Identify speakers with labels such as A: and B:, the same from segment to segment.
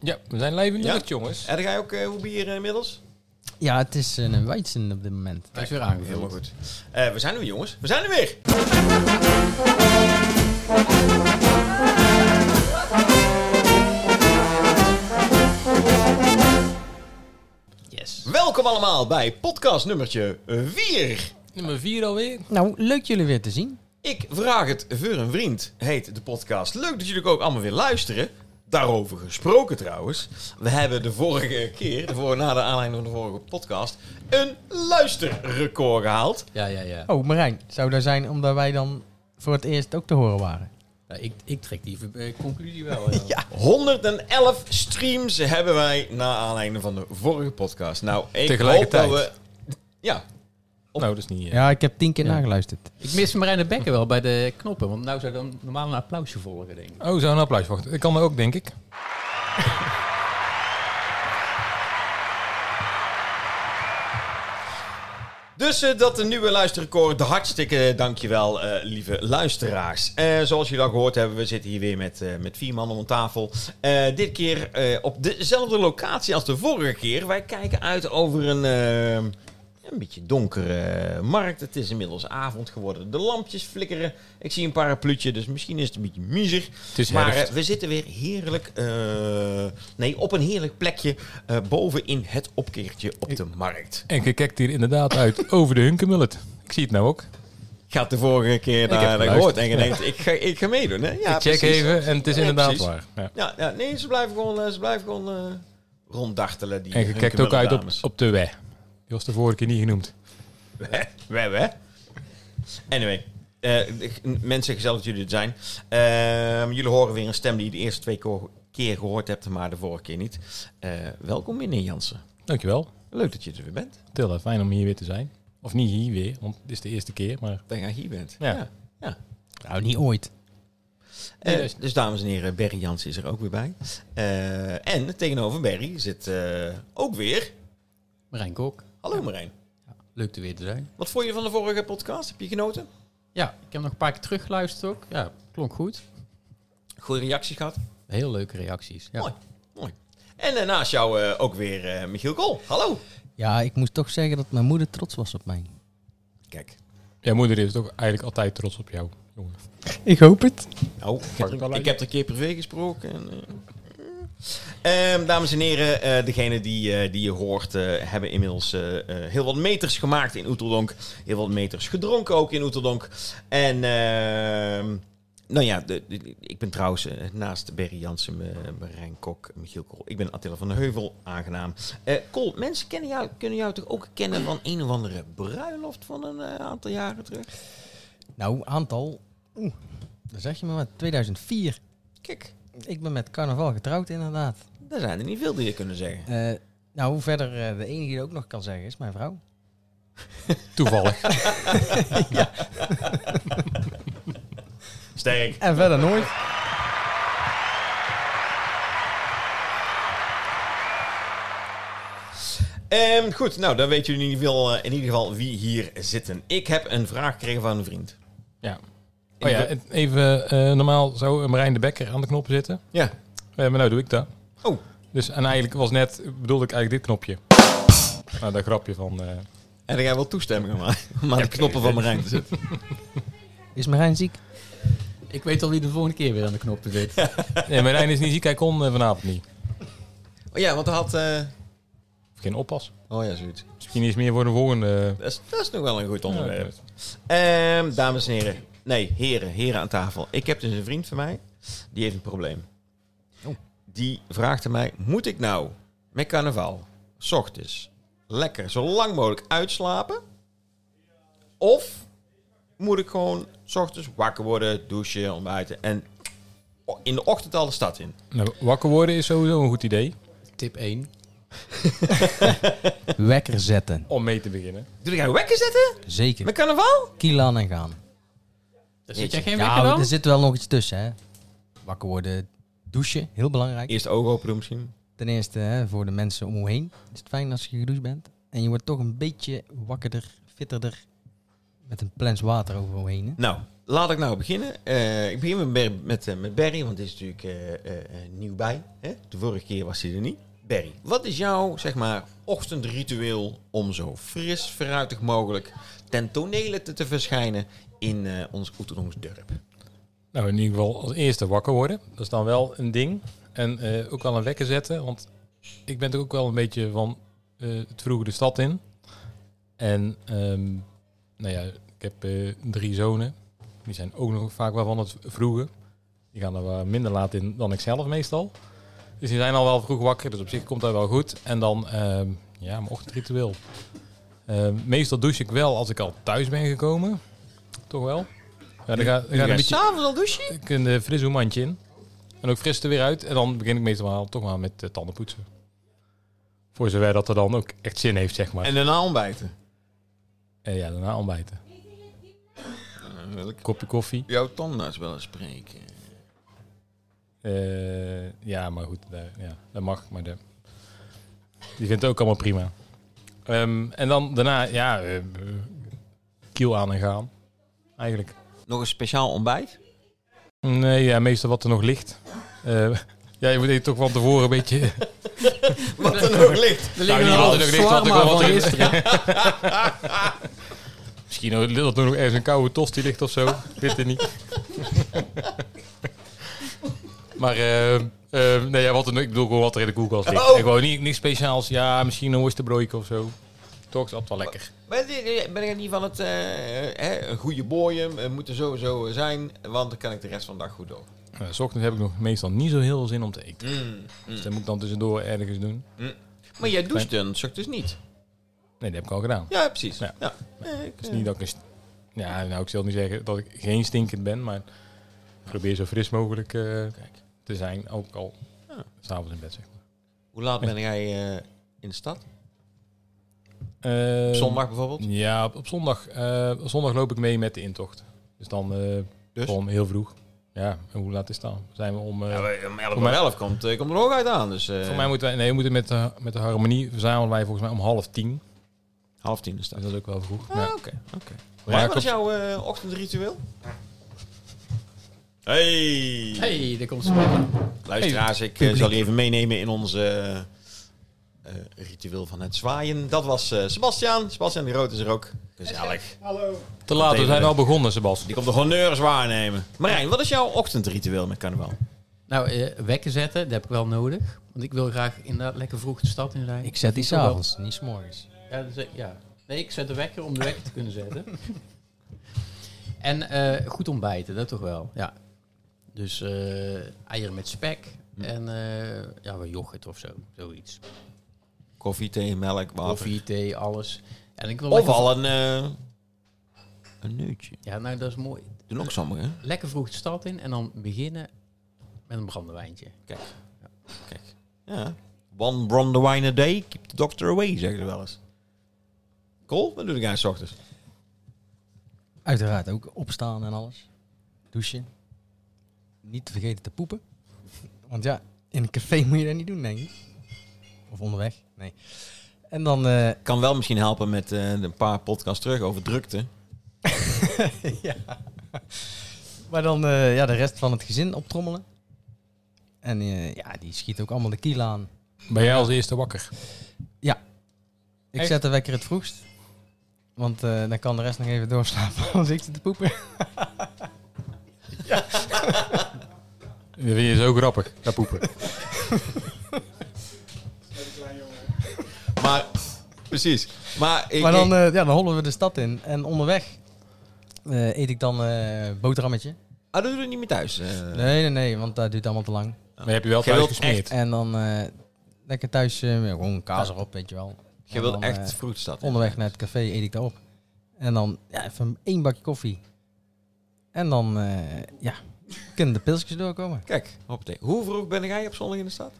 A: Ja, we zijn live in de
B: Ja?
A: lucht, jongens.
B: En jij ook eh, hoe bier eh, inmiddels?
C: Ja, het is eh, een Weizen op dit moment.
A: Hij is weer aangevuld.
B: Helemaal goed. Eh, we zijn er weer, jongens. We zijn er weer.
C: Yes.
B: Welkom allemaal bij podcast nummertje 4.
A: Nummer 4 alweer.
C: Nou, leuk jullie weer te zien.
B: Ik vraag het voor een vriend, heet de podcast. Leuk dat jullie ook allemaal weer luisteren. Daarover gesproken trouwens. We hebben de vorige keer, de vorige, na de aanleiding van de vorige podcast, een luisterrecord gehaald.
A: Ja, ja, ja.
C: Oh, Marijn, zou daar zijn omdat wij dan voor het eerst ook te horen waren?
A: Nou, ik, ik trek die eh, conclusie wel. ja.
B: 111 streams hebben wij na aanleiding van de vorige podcast. Nou, ik
A: Tegelijkertijd.
B: hoop dat we... Ja,
A: Nou, dat is niet... eh,
C: Ja, ik heb tien keer
D: Ja.
C: nageluisterd.
D: Ik mis Marijn de Bekker wel bij de knoppen, want nou zou dan normaal een applausje volgen, denk ik.
A: Oh, zo'n applaus. Wacht, ik kan dat ook, denk ik.
B: Dus eh, dat de nieuwe luisterrecord. De hartstikke dankjewel, eh, lieve luisteraars. Eh, zoals jullie al gehoord hebben, we zitten hier weer met, eh, met vier mannen om tafel. Eh, dit keer eh, op dezelfde locatie als de vorige keer. Wij kijken uit over een, eh, een beetje donkere eh, markt. Het is inmiddels avond geworden. De lampjes flikkeren. Ik zie een parapluutje, dus misschien is het een beetje miezig.
A: Het is
B: Maar
A: herfst.
B: eh, we zitten weer heerlijk, eh, nee, op een heerlijk plekje eh, boven in het opkeertje op de markt.
A: En je kijkt hier inderdaad uit over de Hunkemullet. Ik zie het nou ook.
B: Ik had de vorige keer daar naar
A: geluisterd.
B: gehoord en je denkt, ik ga, ik ga meedoen. Hè? Ja,
A: ik check
B: precies.
A: even en het is
B: Ja,
A: inderdaad
B: precies.
A: waar. Ja.
B: Ja, ja, nee, ze blijven gewoon, eh, ze blijven gewoon eh, ronddartelen. Die eh,
A: En je kijkt ook uit op, op de weg. Die was de vorige keer niet genoemd.
B: We, we. Anyway. eh, ik- n- mensen, gezellig dat jullie er zijn. Ehm, jullie horen weer een stem die je de eerste twee ko- keer gehoord hebt, maar de vorige keer niet. Eh, welkom meneer Jansen.
A: Dankjewel.
B: Leuk dat je er weer bent.
A: Tilda, fijn om hier weer te zijn. Of niet hier weer, want het is de eerste keer. Maar
B: Dat je hier bent.
A: Ja.
C: Nou, niet ooit.
B: Eh,
A: Nee, dat is-
B: dus dames en heren, Berry Jansen is er ook weer bij. Eh, en tegenover Berry zit eh, ook weer...
D: Marijn Kok,
B: Hallo Marijn.
D: leuk er weer te zijn.
B: Wat vond je van de vorige podcast? Heb je genoten?
D: Ja, ik heb nog een paar keer teruggeluisterd ook. Ja, klonk goed.
B: Goede reacties gehad.
D: Heel leuke reacties. Ja.
B: Mooi. Mooi. En eh, naast jou eh, ook weer eh, Michiel Kool. Hallo.
C: Ja, ik moest toch zeggen dat mijn moeder trots was op mij.
B: Kijk.
A: jouw moeder is toch eigenlijk altijd trots op jou, jongen.
C: Ik hoop het.
B: Nou, ik heb,
A: het wel
B: er,
A: uit.
B: ik heb er een keer privé gesproken. En, eh, eh, dames en heren, eh degene die, eh, die je hoort eh, hebben inmiddels eh, eh, heel wat meters gemaakt in Oeteldonk. Heel wat meters gedronken ook in Oeteldonk. En ehm, nou ja, de, de- ik ben trouwens eh, naast Berry Jansen, eh, Marijn Kok, Michiel Kool. Ik ben Attila van de Heuvel, aangenaam. Eh Kool, mensen kennen jou, kunnen jou toch ook kennen van een of andere bruiloft van een eh, aantal jaren terug?
C: Nou, aantal. Oeh, dan zeg je me maar 2004.
B: Kijk,
C: Ik ben met carnaval getrouwd, inderdaad.
B: daar zijn er niet veel die je kunnen zeggen.
C: Eh, nou, verder, eh, de enige die ik ook nog kan zeggen is mijn vrouw.
A: Toevallig.
B: Sterk.
C: En verder nooit.
B: Ehm, goed, nou dan weten jullie in ieder, geval, eh, in ieder geval wie hier zitten. Ik heb een vraag gekregen van een vriend.
A: ja. Oh ja, en even eh, normaal zou Marijn de Bekker aan de knop zitten.
B: Ja.
A: Eh, maar nou doe ik dat.
B: Oh.
A: Dus en eigenlijk was net, bedoelde ik eigenlijk dit knopje. Nou, dat grapje van... eh,
B: En dan ga je wel toestemming om aan, om aan de knoppen van mijn te zitten.
C: Is Marijn ziek?
D: Ik weet al wie de volgende keer weer aan de knoppen zit.
A: Nee, Marijn is niet ziek, hij kon eh, vanavond niet.
B: Oh ja, want hij had... eh,
A: Of geen oppas.
B: Oh ja, zoiets.
A: Misschien is meer voor de volgende...
B: Dat is, dat is nog wel een goed
A: eh,
B: onderwerp.
A: eh,
B: Ehm, dames en heren. Nee, heren. Heren aan tafel. Ik heb dus een vriend van mij. Die heeft een probleem.
C: Oh.
B: Die vraagt aan mij... Moet ik nou met carnaval... s ochtends lekker zo lang mogelijk uitslapen? Of moet ik gewoon... s ochtends wakker worden, douchen, ontbijten... en in de ochtend al de stad in?
A: nou, wakker worden is sowieso een goed idee.
D: Tip 1.
C: Wekker zetten.
A: Om mee te beginnen.
B: Doe ik jou wekker zetten?
C: Zeker.
B: Met carnaval?
C: Kiel aan en gaan.
D: Daar zit jij geen wekker
C: Ja,
D: dan?
C: er zit wel nog iets tussen, hè. Wakker worden, douchen, heel belangrijk.
B: Eerst ogen open doen misschien.
C: Ten eerste, hè, voor de mensen om hoe heen is het fijn als je gedoucht bent. En je wordt toch een beetje wakkerder, fitterder. Met een plens water overheen. hè?
B: Nou, laat ik nou beginnen. Eh, ik begin met, Ber- met, eh, met Barry, want die is natuurlijk eh, eh, eh, nieuw bij. Hè? De vorige keer was hij er niet. Barry, wat is jouw zeg maar, ochtendritueel om zo fris, fruitig mogelijk ten tonele te, te verschijnen in eh, ons Oeterdongsdorp?
A: Nou, in ieder geval als eerste wakker worden. Dat is dan wel een ding. En eh, ook wel een wekker zetten. Want ik ben toch ook wel een beetje van eh, het vroege de stad in. En ehm, nou ja, ik heb eh, drie zonen. Die zijn ook nog vaak wel van het vroege. Die gaan er wel minder laat in dan ik zelf meestal. Dus die zijn al wel vroeg wakker. Dus op zich komt dat wel goed. En dan, ehm, ja, mijn ochtendritueel. Ehm, meestal douche ik wel als ik al thuis ben gekomen. Toch wel? Ja, dan ga, dan ga ik een beetje
B: S'avonds al douchen?
A: ik een eh, fris hoemandje in. En ook fris er weer uit. En dan begin ik meestal wel- toch maar met eh, tanden poetsen. Voor zover dat er dan ook echt zin heeft, zeg maar. En
B: En daarna ontbijten.
A: ja, daarna ontbijten.
B: Dan wil ik
A: Kopje koffie.
B: jouw tandarts wel eens spreken.
A: Eh, ja, maar goed, daar- ja, dat mag. Maar de, die vindt het ook allemaal prima. Ehm, en dan daarna, ja, eh, eh, kiel aan en gaan. Eigenlijk.
B: Nog een speciaal ontbijt?
A: Nee, ja, meestal wat er nog ligt. Eh, ja, je moet dit toch van tevoren een beetje...
B: Wat er nog ligt.
D: Er
A: Nou, niet altijd nog ligt, want er
D: shawarma
A: komt
D: van
A: wat
D: gisteren.
A: Misschien dat er nog ergens een koude tosti ligt of zo. Ik weet het niet. maar eh, eh, nee, ja, wat er, ik bedoel gewoon wat er in de koelkast ligt.
B: Oh.
A: Ik wou niet, niks speciaals. Ja, misschien een worstenbroodje of zo. Toch, dat is wel lekker.
B: Maar dit- eh, ben ik niet van het eh, hè, een goede boyum, eh, moet er sowieso zijn, want dan kan ik de rest van de dag goed door.
A: Eh, S ochtends heb ik nog meestal niet zo heel veel zin om te eten. Dus dat moet ik dan tussendoor ergens doen.
B: Maar jij doucht dan, zocht dus niet.
A: Nee, dat heb ik al gedaan.
B: Ja, precies. Ja.
A: Ja.
B: Eh, ik,
A: Het is
B: eh,
A: niet dat ik... een st- Ja, nou, ik zal niet zeggen dat ik geen stinkend ben, maar ik probeer zo fris mogelijk eh,
B: Kijk.
A: te zijn. Ook al
B: Ja.
A: s'avonds in bed, zeg maar.
B: Hoe laat ben jij eh, in de stad?
A: Eh,
B: Op zondag bijvoorbeeld?
A: Ja, op, op zondag, eh, op zondag loop ik mee met de intocht. Dus dan eh
B: Dus?
A: gewoon heel vroeg. Ja, en hoe laat is het dan? Zijn we om... eh,
B: Ja, wij- om 11
A: voor
B: uur
A: mij-
B: 11 komt, eh, komt er ook uit aan. Dus, eh,
A: voor mij moeten wij... Nee, we moeten met de, met de harmonie verzamelen wij volgens mij om half tien.
B: half tien in de
A: Dus
B: stad.
A: dat is ook wel vroeg.
B: Ah,
A: Ja.
B: oké. oké.
A: Maar
B: Rijn,
A: ik
B: wat
A: op-
B: is jouw eh, ochtendritueel? Hey!
D: hey, daar komt ze weer.
B: Luisteraars, ik eh, zal je even meenemen in ons eh, eh, ritueel van het zwaaien. Dat was eh, Sebastiaan. Sebastiaan de Rood is er ook. Gezellig.
A: Te laat, we zijn al begonnen, Sebas.
B: Die komt de honneurs waarnemen. Marijn, wat is jouw ochtendritueel met carnaval?
D: Nou, eh, wekken zetten, dat heb ik wel nodig. Want ik wil graag inderdaad lekker vroeg de stad inrijden.
C: Ik zet die
D: Vind ik wel-
C: s'avonds, niet s'morgens.
D: Ja, dat is- ja. Nee, ik zet de wekker om de wekker te kunnen zetten. en eh, goed ontbijten, dat toch wel. Ja. Dus eh, eieren met spek
C: Hm.
D: en eh ja, wel yoghurt of zo. Zoiets.
B: Koffie, thee, melk, water.
D: Koffie, thee, alles. En ik wil
B: Of
D: lekker-
B: al een, eh, een neutje.
D: Ja, nou, dat is mooi.
B: Doen ook sommigen.
D: Lekker vroeg de stad in en dan beginnen met een brandewijntje.
B: Kijk. Kijk. Ja. One brandewine a day, keep the doctor away, zeggen ze wel eens. Cool, wat doe ik aan 's ochtends?
C: Uiteraard ook opstaan en alles. Douchen. Niet te vergeten te poepen. Want ja, in een café moet je dat niet doen, denk ik. Of onderweg, nee. En dan, eh,
B: Kan wel misschien helpen met eh, een paar podcasts terug over drukte.
C: ja. Maar dan eh, ja, de rest van het gezin optrommelen. En eh, ja, die schiet ook allemaal de kiel aan.
A: Ben jij als eerste wakker?
C: Ik
A: Echt?
C: zet de wekker het vroegst. Want eh, dan kan de rest nog even doorslapen als ik zit te poepen.
A: Dat vind je zo grappig, dat poepen.
B: Maar, precies. Maar, ik,
C: maar dan,
B: ik-
C: eh, ja, dan hollen we de stad in. En onderweg eh, eet ik dan eh boterhammetje.
B: ah, dat doe je niet meer thuis. eh.
C: Nee, nee, nee, want dat duurt allemaal te lang.
A: Maar heb je wel
B: Jij
A: thuis
B: wilt
A: gesmeerd.
C: En dan eh, lekker thuis eh, gewoon kaas erop, weet je wel.
B: Je
C: En
B: wilt
C: dan,
B: echt
C: eh,
B: vroeg de stad. in.
C: onderweg naar het café eet ik dat op. En dan ja, even één bakje koffie. En dan eh, ja, kunnen de pilsjes doorkomen.
B: Kijk, hoppatee. Hoe vroeg ben jij op zondag in de stad?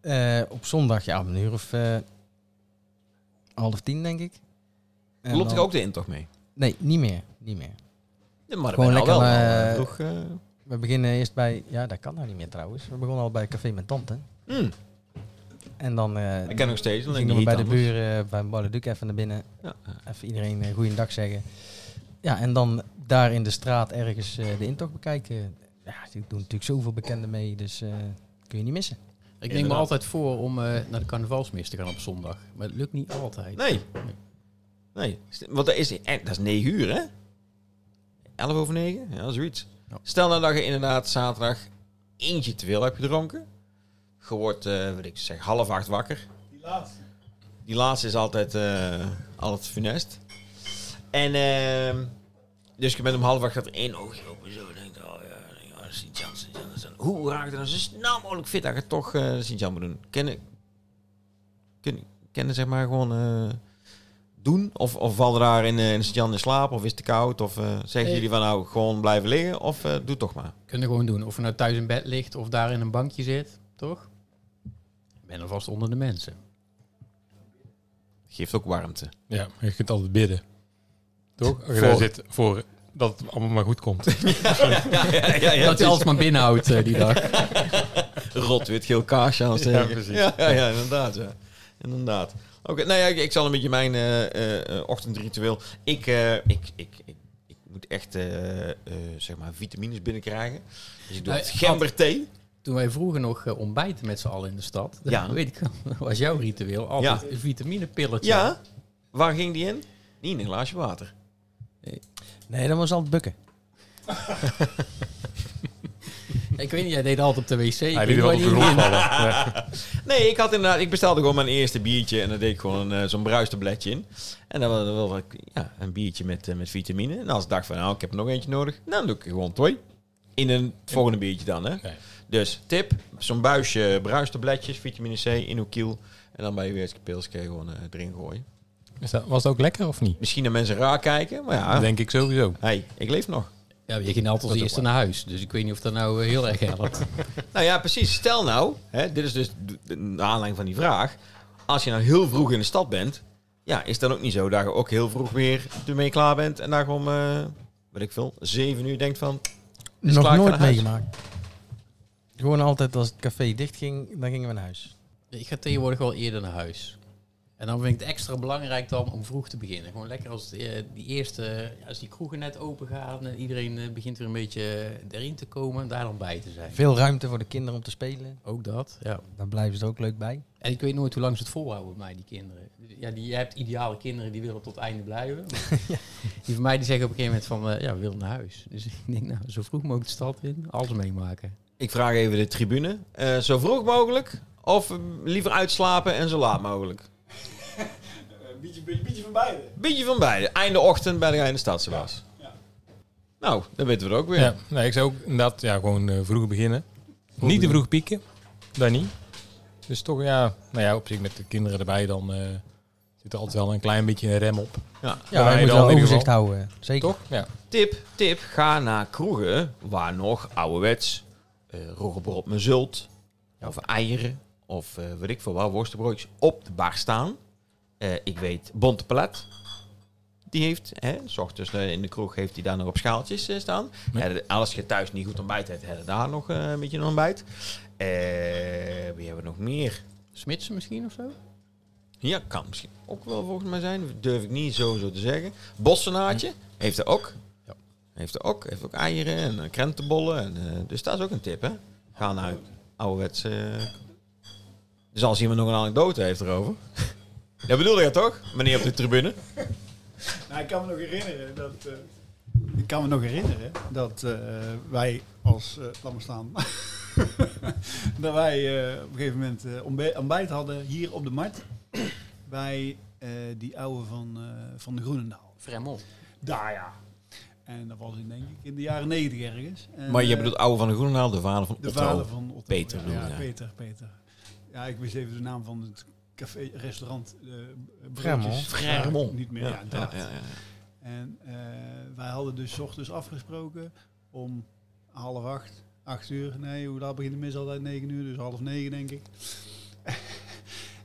C: Eh, op zondag, ja, om een uur of eh, half tien, denk ik. En
B: Loopt ik
C: dan-
B: ook de intocht mee?
C: Nee, niet meer. Niet meer.
B: Ja, maar
C: Gewoon
B: ben je al
C: lekker,
B: wel
C: eh,
B: eh, vroeg. eh,
C: We beginnen eerst bij... Ja, dat kan nou niet meer trouwens. We begonnen al bij Café Mijn Tante.
B: hmm,
C: En dan eh,
B: ik ken nog steeds. alleen
C: gingen we
B: niet
C: bij de
B: anders.
C: buren, bij Boudewijk even naar binnen.
B: Ja.
C: Even iedereen eh, goeiedag zeggen. Ja, en dan daar in de straat ergens eh, de intocht bekijken. Ja, die doen natuurlijk zoveel bekenden mee, dus eh, kun je niet missen.
D: Ik neem me
B: Inderdaad.
D: altijd voor om eh, naar de carnavalsmis te gaan op zondag. Maar het lukt niet altijd.
B: Nee. Nee. Want dat is, en dat is 9 uur, hè? 11 over 9? Ja, zoiets.
D: Ja.
B: Stel nou dat je inderdaad zaterdag eentje te veel hebt gedronken. Je wordt, eh, wat ik zeg, half acht wakker.
E: Die laatste.
B: Die laatste is altijd, eh, altijd funest. En ehm, dus je bent om half acht gaat er één oogje open. Zo denk je, oh ja, ja Sint-Jan, Sint-Jan. Sint-Jan. Hoe raak je dan zo snel mogelijk fit dat je toch eh Sint-Jan moet doen? Kennen, kennen, kennen zeg maar gewoon eh, doen? Of, of vallen daar in, eh, in Sint-Jan in slaap? Of is het te koud? Of eh, zeggen
D: Eh.
B: jullie van nou gewoon blijven liggen? Of eh, doe toch maar.
D: Kunnen gewoon doen. Of je nou thuis in bed ligt of daar in een bankje zit, toch? Ik ben alvast onder de mensen.
B: Geeft ook warmte.
A: Ja, maar je kunt altijd bidden. Toch? Als je
B: Voor-
A: daar zit voor dat het allemaal maar goed komt.
B: ja, ja, ja, ja.
D: dat je alles maar binnenhoudt eh, die dag.
B: Rot wit geel kaarsje aan steken.
A: Ja, precies.
B: Ja, ja, ja, inderdaad. Ja. Inderdaad. Oké, nou ja, ik, ik zal een beetje mijn eh, eh, eh, ochtendritueel. Ik, eh, ik, ik, ik, ik moet echt eh, eh, zeg maar vitamines binnenkrijgen. Dus ik doe
D: Nou,
B: het gemberthee.
D: Toen wij vroeger nog eh, ontbijten met z'n allen in de stad,
B: Ja.
D: ja. weet ik, was jouw ritueel altijd een vitaminepilletje.
B: Ja, waar ging die in? Niet in een glaasje water.
C: Nee, dan was altijd bukken.
D: Ik weet niet, jij deed altijd op de wc. Ik
A: Hij
D: weet
A: liet wel op
D: niet
A: de
D: waar
A: grond
D: die-
A: vallen. Ja.
B: Nee, ik had inderdaad, ik bestelde gewoon mijn eerste biertje en daar deed ik gewoon eh, zo'n bruistabletje in. En dan wilde- wilde ik ja, een biertje met, eh, met vitamine. En als ik dacht van nou, ik heb er nog eentje nodig, dan doe ik er gewoon twee. In een volgende biertje dan, hè?
A: Nee.
B: Dus tip, zo'n buisje bruistabletjes, vitamine C in uw kiel. En dan bij je weerske pilske gewoon eh, erin gooien.
A: Is dat- was dat ook lekker of niet?
B: Misschien dat mensen raar kijken, maar ja.
A: Dat denk ik sowieso.
B: hey, ik leef nog.
D: Ja, maar je ging altijd als
B: is
D: eerste naar huis. Dus ik weet niet of dat nou eh, heel erg helpt.
B: Nou ja, precies. Stel nou, hè, dit is dus de, de aanleiding van die vraag. Als je nou heel vroeg in de stad bent, ja, is het dan ook niet zo dat je ook heel vroeg weer ermee klaar bent. En daar om, eh weet ik veel, zeven uur denkt van, Is klaar,
C: Nog
B: ik ga
C: nooit
B: naar huis.
C: meegemaakt. Gewoon altijd als het café dicht ging, dan gingen we naar huis.
D: Ik ga tegenwoordig wel eerder naar huis. En dan vind ik het extra belangrijk dan om vroeg te beginnen. Gewoon lekker als eh, die eerste, ja, als die kroegen net open gaan en iedereen eh, begint weer een beetje eh, erin te komen, daar dan bij te zijn.
C: Veel ruimte voor de kinderen om te spelen.
D: Ook dat, ja.
C: Daar blijven ze er ook leuk bij.
D: En ik weet nooit hoe lang ze het volhouden bij mij, die kinderen. Ja, die, je hebt ideale kinderen die willen tot het einde blijven. Die van mij die zeggen op een gegeven moment van, eh, ja, we willen naar huis. Dus ik denk, nou, zo vroeg mogelijk de stad in, alles meemaken.
B: ik vraag even de tribune. eh, zo vroeg mogelijk of eh, liever uitslapen en zo laat mogelijk?
E: Eh, Een beetje, beetje, beetje van beide.
B: Beetje van beide. Einde ochtend bij de Rijn de Stad, Sebas.
E: Ja.
B: Nou, dan weten we het ook weer.
A: Ja. Nee, ik zou ook inderdaad ja, gewoon eh, vroeg beginnen. niet te vroeg pieken, dan niet. Dus toch, ja, nou ja, op zich met de kinderen erbij, dan eh, zit er altijd wel een klein beetje een rem op.
B: Ja.
A: Bij
C: Ja,
A: mij
C: je moet
A: dan in
C: wel
A: ieder
C: overzicht
A: geval.
C: houden. Zeker.
A: Toch? Ja.
B: Tip, tip, ga naar kroegen waar nog ouderwets eh roggebrood met zult, of eieren, of eh weet ik veel waar, worstenbroodjes op de bar staan. Eh, ik weet, Bonte Palet, die heeft, hè, s ochtends eh, in de kroeg heeft hij daar nog op schaaltjes eh, staan.
A: Nee.
B: Eh, als je thuis niet goed ontbijt hebt, heb je daar nog eh, een beetje een ontbijt. Eh, wie hebben we nog meer?
D: Smitsen misschien of zo?
B: Ja, kan misschien ook wel volgens mij zijn. Durf ik niet sowieso te zeggen. Bossenaartje heeft er ook.
D: Ja.
B: Heeft er ook. Heeft ook eieren en eh, krentenbollen. En, eh, dus dat is ook een tip, hè? Ga naar ouderwets... eh, dus als iemand nog een anekdote heeft erover... dat bedoelde je toch, meneer op de tribune?
E: Nou, ik kan me nog herinneren dat. eh, ik kan me nog herinneren dat eh, wij als. eh laat maar staan. dat wij eh, op een gegeven moment eh, ontbe- ontbijt hadden hier op de markt. Bij eh, die oude van, eh, van de Groenendaal.
D: Fremont.
E: Daar ja. En dat was in, denk ik, in de jaren negentig ergens. En,
B: Maar je
E: eh,
B: bedoelt oude van de Groenendaal, de vader van
E: De
B: Otto.
E: vader van Otto.
B: Peter
E: ja,
B: bedoel
E: ja,
B: je.
E: Peter, Peter. Ja, ik wist even de naam van het café, restaurant. eh
C: Fremont.
E: Broodjes.
B: Fremont.
E: Niet meer,
B: Ja,
E: ja,
B: ja,
E: inderdaad.
B: ja, ja.
E: En eh, wij hadden dus 's ochtends afgesproken om half acht, acht uur. Nee, hoe laat begint de mis altijd? Negen uur, dus half negen denk ik.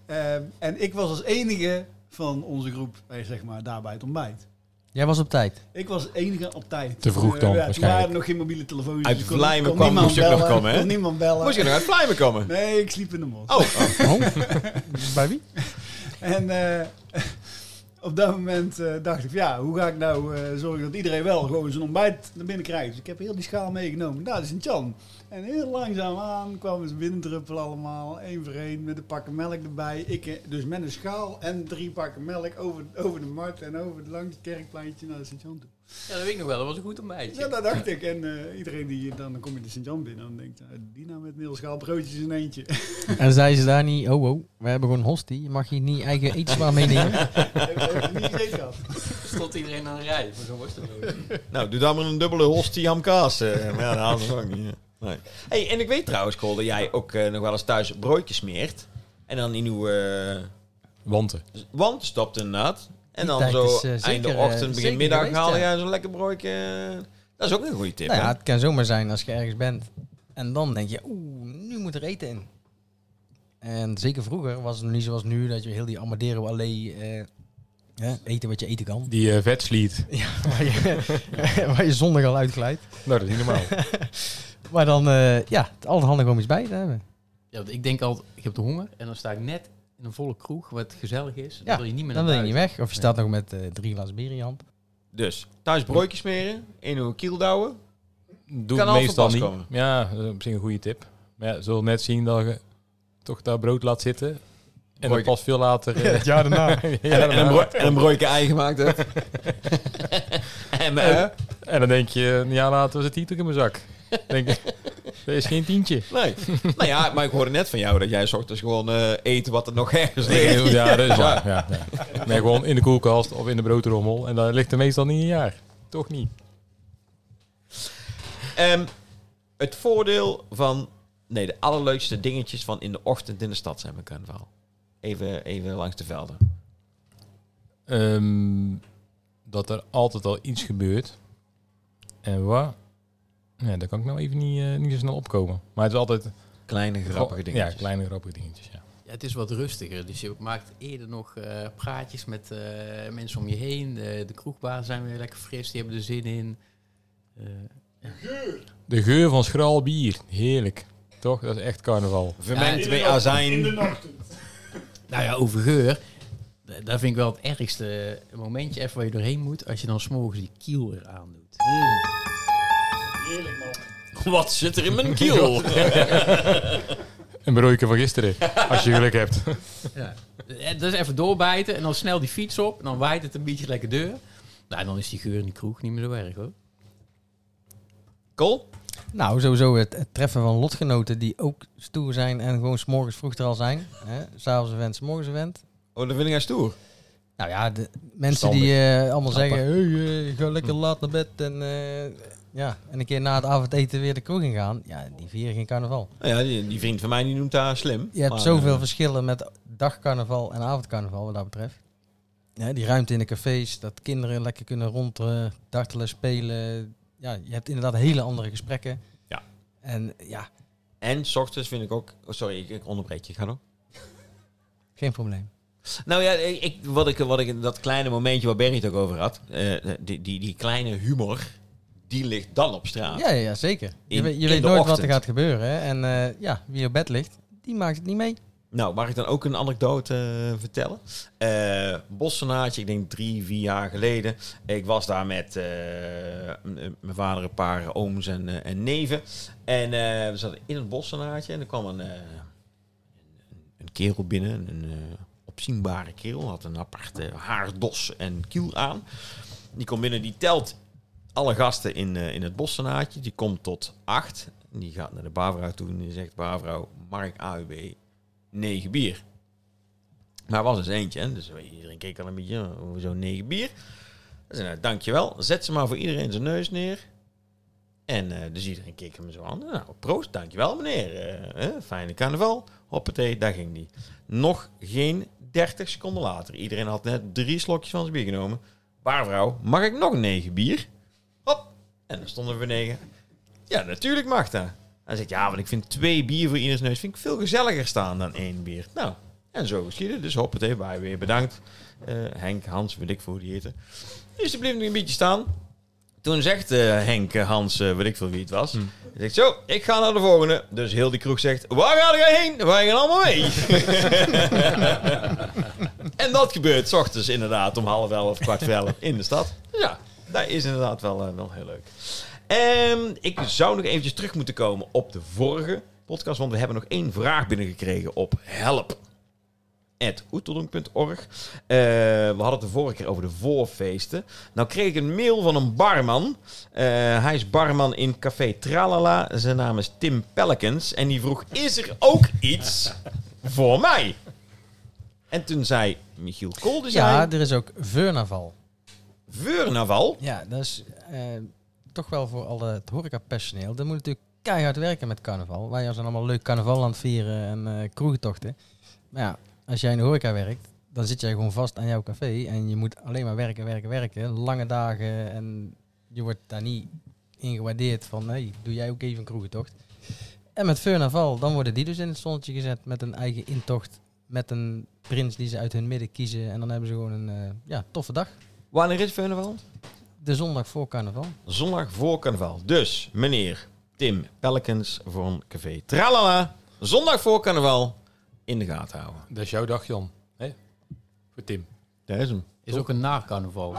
E: Ehm, en ik was als enige van onze groep, eh, zeg maar, daarbij het ontbijt.
C: Jij was op tijd.
E: Ik was als enige op tijd.
A: Te vroeg
E: Eh,
A: dan,
E: ja, Toen
A: waarschijnlijk.
E: waren er nog geen mobiele telefoons.
B: Uit
E: ik kon-
B: Vlijmen
E: kon
B: kwam,
E: niemand
B: moest je ook nog
E: bellen,
B: komen, hè?
E: kon niemand bellen.
B: Moest je nog uit Vlijmen komen?
E: Nee, ik sliep in de mot.
B: Oh, oh.
C: Bij wie?
E: En eh, op op dat moment eh, dacht ik, van, ja, hoe ga ik nou eh, zorgen dat iedereen wel gewoon zijn ontbijt naar binnen krijgt. Dus ik heb heel die schaal meegenomen. Nou, dat is een chan. En heel langzaam aan kwamen ze binnendruppelen allemaal, één voor één, met een pakken melk erbij. Ik, eh, dus met een schaal en drie pakken melk over, over de markt en over het langs het kerkpleintje naar de Sint-Jan toe. Dus
D: Ja, dat weet ik nog wel. Dat was een goed ontbijtje.
E: Ja, dat dacht ik. En eh, iedereen die, dan, dan kom je de Sint-Jan binnen en dan denkt, nou, die nou met een heel schaal broodjes in eentje.
C: En zei ze daar niet, oh oh, we hebben gewoon hostie. Je mag hier niet eigen eetbaar meenemen.
E: Heb ik niet gegeten gehad.
D: stond iedereen aan de rij voor zo'n worstenbrood.
B: Nou, doe dan maar een dubbele hostie hamkaas. eh. Maar ja, dat haalt het ook niet. hè. Nee. Hey, en ik weet trouwens, Cole, dat jij ook eh, nog wel eens thuis broodjes smeert. En dan in uw eh,
A: Wanten.
B: wand stopt inderdaad. En
C: Die
B: dan
C: tijd
B: zo
C: is, eh,
B: einde
C: zeker, eh,
B: ochtend, begin
C: zeker
B: middag
C: geweest,
B: haal
C: ja.
B: jij zo'n lekker broodje. eh. Dat is ook een goede tip.
C: nou
B: hè?
C: ja, het kan zomaar zijn als je ergens bent. En dan denk je, oeh, nu moet er eten in. En zeker vroeger was het nog niet zoals nu, dat je heel die Amadero Allee eh, hè, eten wat je eten kan.
A: Die eh, vetsliet.
C: Ja, waar je, waar je zondag al uitglijdt.
A: Nou, dat is niet normaal.
C: Maar dan, eh, ja, het is altijd handig om iets bij te hebben.
D: Ja, want ik denk altijd, ik heb de honger. En dan sta ik net in een volle kroeg, wat gezellig is. Dan
C: Ja,
D: wil je niet meer
C: Dan
D: naar
C: wil je niet
D: buiten.
C: weg. Of je staat nog met eh, drie glas bier in je hand.
B: Dus, thuis broodjes smeren, in uw kiel douwen.
A: Doe
B: Kan
A: het
B: al
A: meestal
B: van pas
A: niet.
B: komen.
A: Ja, dat is op zich een goede tip. Maar ja, zul net zien dat je toch daar brood laat zitten. En dan
B: Broodje.
A: pas veel later... eh,
C: Het jaar daarna.
A: ja,
B: En, en, een,
A: daarna.
B: bro en een broodje ei gemaakt hebt. en eh,
A: En dan denk je, een jaar later was het tientje in mijn zak. Dan Denk je, dat is geen tientje.
B: Nee. nou ja, maar ik hoorde net van jou dat jij 's ochtends gewoon eh, eten wat er nog ergens ligt.
A: Ja, dat is waar. Ja, ja. Nee, gewoon in de koelkast of in de broodrommel. En dat ligt er meestal niet een jaar. Toch niet.
B: Ehm, het voordeel van... Nee, de allerleukste dingetjes van in de ochtend in de stad zijn mijn carnaval. Even, even langs de velden.
A: Ehm, dat er altijd al iets gebeurt. En waar? Ja, daar kan ik nou even niet, eh, niet zo snel opkomen. Maar het is altijd...
B: Kleine grappige dingetjes.
A: Oh, Ja, kleine grappige dingetjes, ja.
D: Ja, het is wat rustiger, dus je maakt eerder nog eh, praatjes met eh, mensen om je heen. De, de kroegbaas zijn weer lekker fris, die hebben er zin in. Eh,
A: De geur van schraal bier. Heerlijk. Toch? Dat is echt carnaval.
B: Vermengd
E: In de
B: met
E: ochtend,
B: azijn.
E: In de ochtend.
D: nou ja, over geur, d- daar vind ik wel het ergste momentje even waar je doorheen moet. Als je dan s'morgens die kiel eraan doet. Mm.
E: Heerlijk man.
B: Wat zit er in mijn kiel?
A: Een broodje van gisteren. Als je geluk hebt.
D: Ja. Eh, Dat is even doorbijten en dan snel die fiets op. En dan waait het een beetje lekker deur. Nou, dan is die geur in die kroeg niet meer zo erg hoor.
B: Kool?
C: Nou, sowieso het, het treffen van lotgenoten die ook stoer zijn en gewoon s'morgens vroeg er al zijn. hè. S'avonds event, s'morgens event.
B: Oh, dat vind ik haar stoer.
C: Nou ja, de mensen die eh, allemaal zeggen, hey, eh, ga lekker laat naar bed en, eh, ja, en een keer na het avondeten weer de kroeg in gaan. Ja, die vieren geen carnaval.
B: Nou ja, die, die vriend van mij die noemt haar slim.
C: Je hebt
B: Maar,
C: zoveel
B: eh,
C: verschillen met dagcarnaval en avondcarnaval wat dat betreft. Ja, die ruimte in de cafés, dat kinderen lekker kunnen ronddartelen, spelen. Ja, je hebt inderdaad hele andere gesprekken.
B: Ja.
C: En ja,
B: En s ochtends vind ik ook... oh, sorry, ik, ik onderbreek je. Ga door.
C: geen probleem.
B: Nou ja, ik, wat, ik, wat ik, dat kleine momentje waar Berry het ook over had, eh, die, die, die kleine humor, die ligt dan op straat.
C: Ja, ja, ja, zeker. Je,
B: In-
C: weet- je
B: in
C: weet
B: de
C: nooit wat
B: ochtend.
C: er gaat gebeuren. Hè? En eh, ja, wie op bed ligt, die maakt het niet mee.
B: Nou, mag ik dan ook een anekdote eh, vertellen? Eh Bossenaartje, ik denk drie, vier jaar geleden. Ik was daar met eh, m- m- mijn vader, een paar ooms en, eh, en neven. En eh, we zaten in het Bossenaartje en er kwam een, eh, een- een kerel binnen. Een eh, opzienbare kerel, had een aparte haardos en kiel aan. Die komt binnen, die telt alle gasten in, eh, in het Bossenaartje. Die komt tot acht. Die gaat naar de barvrouw toe en die zegt, barvrouw, Mark AUB negen bier. Maar er was dus eentje, hè? dus iedereen keek al een beetje, "Ja, hoezo negen bier? Dus, nou, dankjewel, zet ze maar voor iedereen zijn neus neer. En eh, dus iedereen keek hem zo aan. Nou, proost, dankjewel meneer. Eh, hè, fijne carnaval. Hoppatee, daar ging die. Nog geen 30 seconden later. Iedereen had net drie slokjes van zijn bier genomen. Baarvrouw, mag ik nog negen bier? Hop. En dan stonden we negen. Ja, natuurlijk mag dat. Hij zegt, ja, want ik vind twee bier voor ieders neus vind ik veel gezelliger staan dan één bier. Nou, en zo geschiedde. Dus hoppatee, bij weer bedankt. Eh, Henk, Hans, weet ik voor hoe die heten. Dus die bleef nog een beetje staan. Toen zegt eh, Henk, eh, Hans, eh, weet ik veel wie het was. Hij zegt zo, ik ga naar de volgende. Dus heel die kroeg zegt, waar ga jij heen? Wij gaan allemaal mee. en dat gebeurt s ochtends inderdaad om half elf, kwart voor elf in de stad. Ja, dat is inderdaad wel, eh, wel heel leuk. Ehm, ik zou nog eventjes terug moeten komen op de vorige podcast. Want we hebben nog één vraag binnengekregen op help. oeteldonk.org. Eh, we hadden het de vorige keer over de voorfeesten. Nou kreeg ik een mail van een barman. Eh, hij is barman in Café Tralala. Zijn naam is Tim Pelkens. En die vroeg, is er ook iets voor mij? En toen zei Michiel Kolde,
C: Ja,
B: zei,
C: er is ook Veurnaval.
B: Veurnaval.
C: Ja, dat is eh, toch wel voor al het horecapersoneel. Dat moet natuurlijk keihard werken met carnaval. Wij zijn allemaal leuk carnaval aan het vieren en eh kroegentochten. Maar ja, als jij in de horeca werkt, dan zit jij gewoon vast aan jouw café. En je moet alleen maar werken, werken, werken. Lange dagen en je wordt daar niet in gewaardeerd van... hey, doe jij ook even een kroegentocht? En met Veurnaval, dan worden die dus in het zonnetje gezet met een eigen intocht. Met een prins die ze uit hun midden kiezen. En dan hebben ze gewoon een eh, ja, toffe dag.
B: Wanneer is Veurnaval?
C: De zondag voor carnaval.
B: Zondag voor carnaval. Dus, meneer Tim Pelkens van Café Tralala. Zondag voor carnaval in de gaten houden.
A: Dat is jouw dag, Jan. Hè? Voor Tim.
B: Daar is hem.
D: Is ook een naarcarnaval.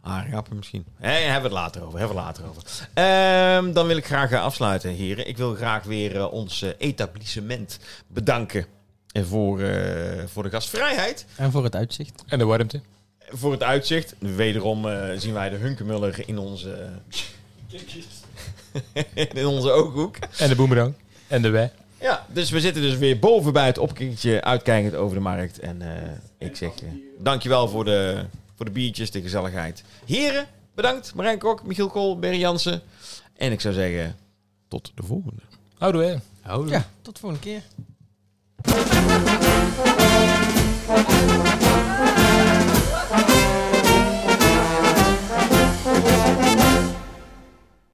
B: Aardappelen misschien. Hé, hebben we het later over. Hebben we het later over. Ehm, dan wil ik graag eh, afsluiten, heren. Ik wil graag weer eh, ons eh, etablissement bedanken. En voor, eh, voor de gastvrijheid.
C: En voor het uitzicht.
A: En de warmte.
B: Voor het uitzicht. Wederom eh, zien wij de Hunkemuller in onze, eh, in onze ooghoek.
A: En de boemerang. En de wij.
B: Ja, dus we zitten dus weer boven bij het opkikkertje, uitkijkend over de markt. En eh, ik zeg eh, dankjewel voor de, voor de biertjes, de gezelligheid. Heren, bedankt. Marijn Kok, Michiel Kool, Berry Jansen. En ik zou zeggen, tot de volgende.
A: Houdoe, hè?
D: Houdoe.
C: Ja, tot volgende keer.
F: Thank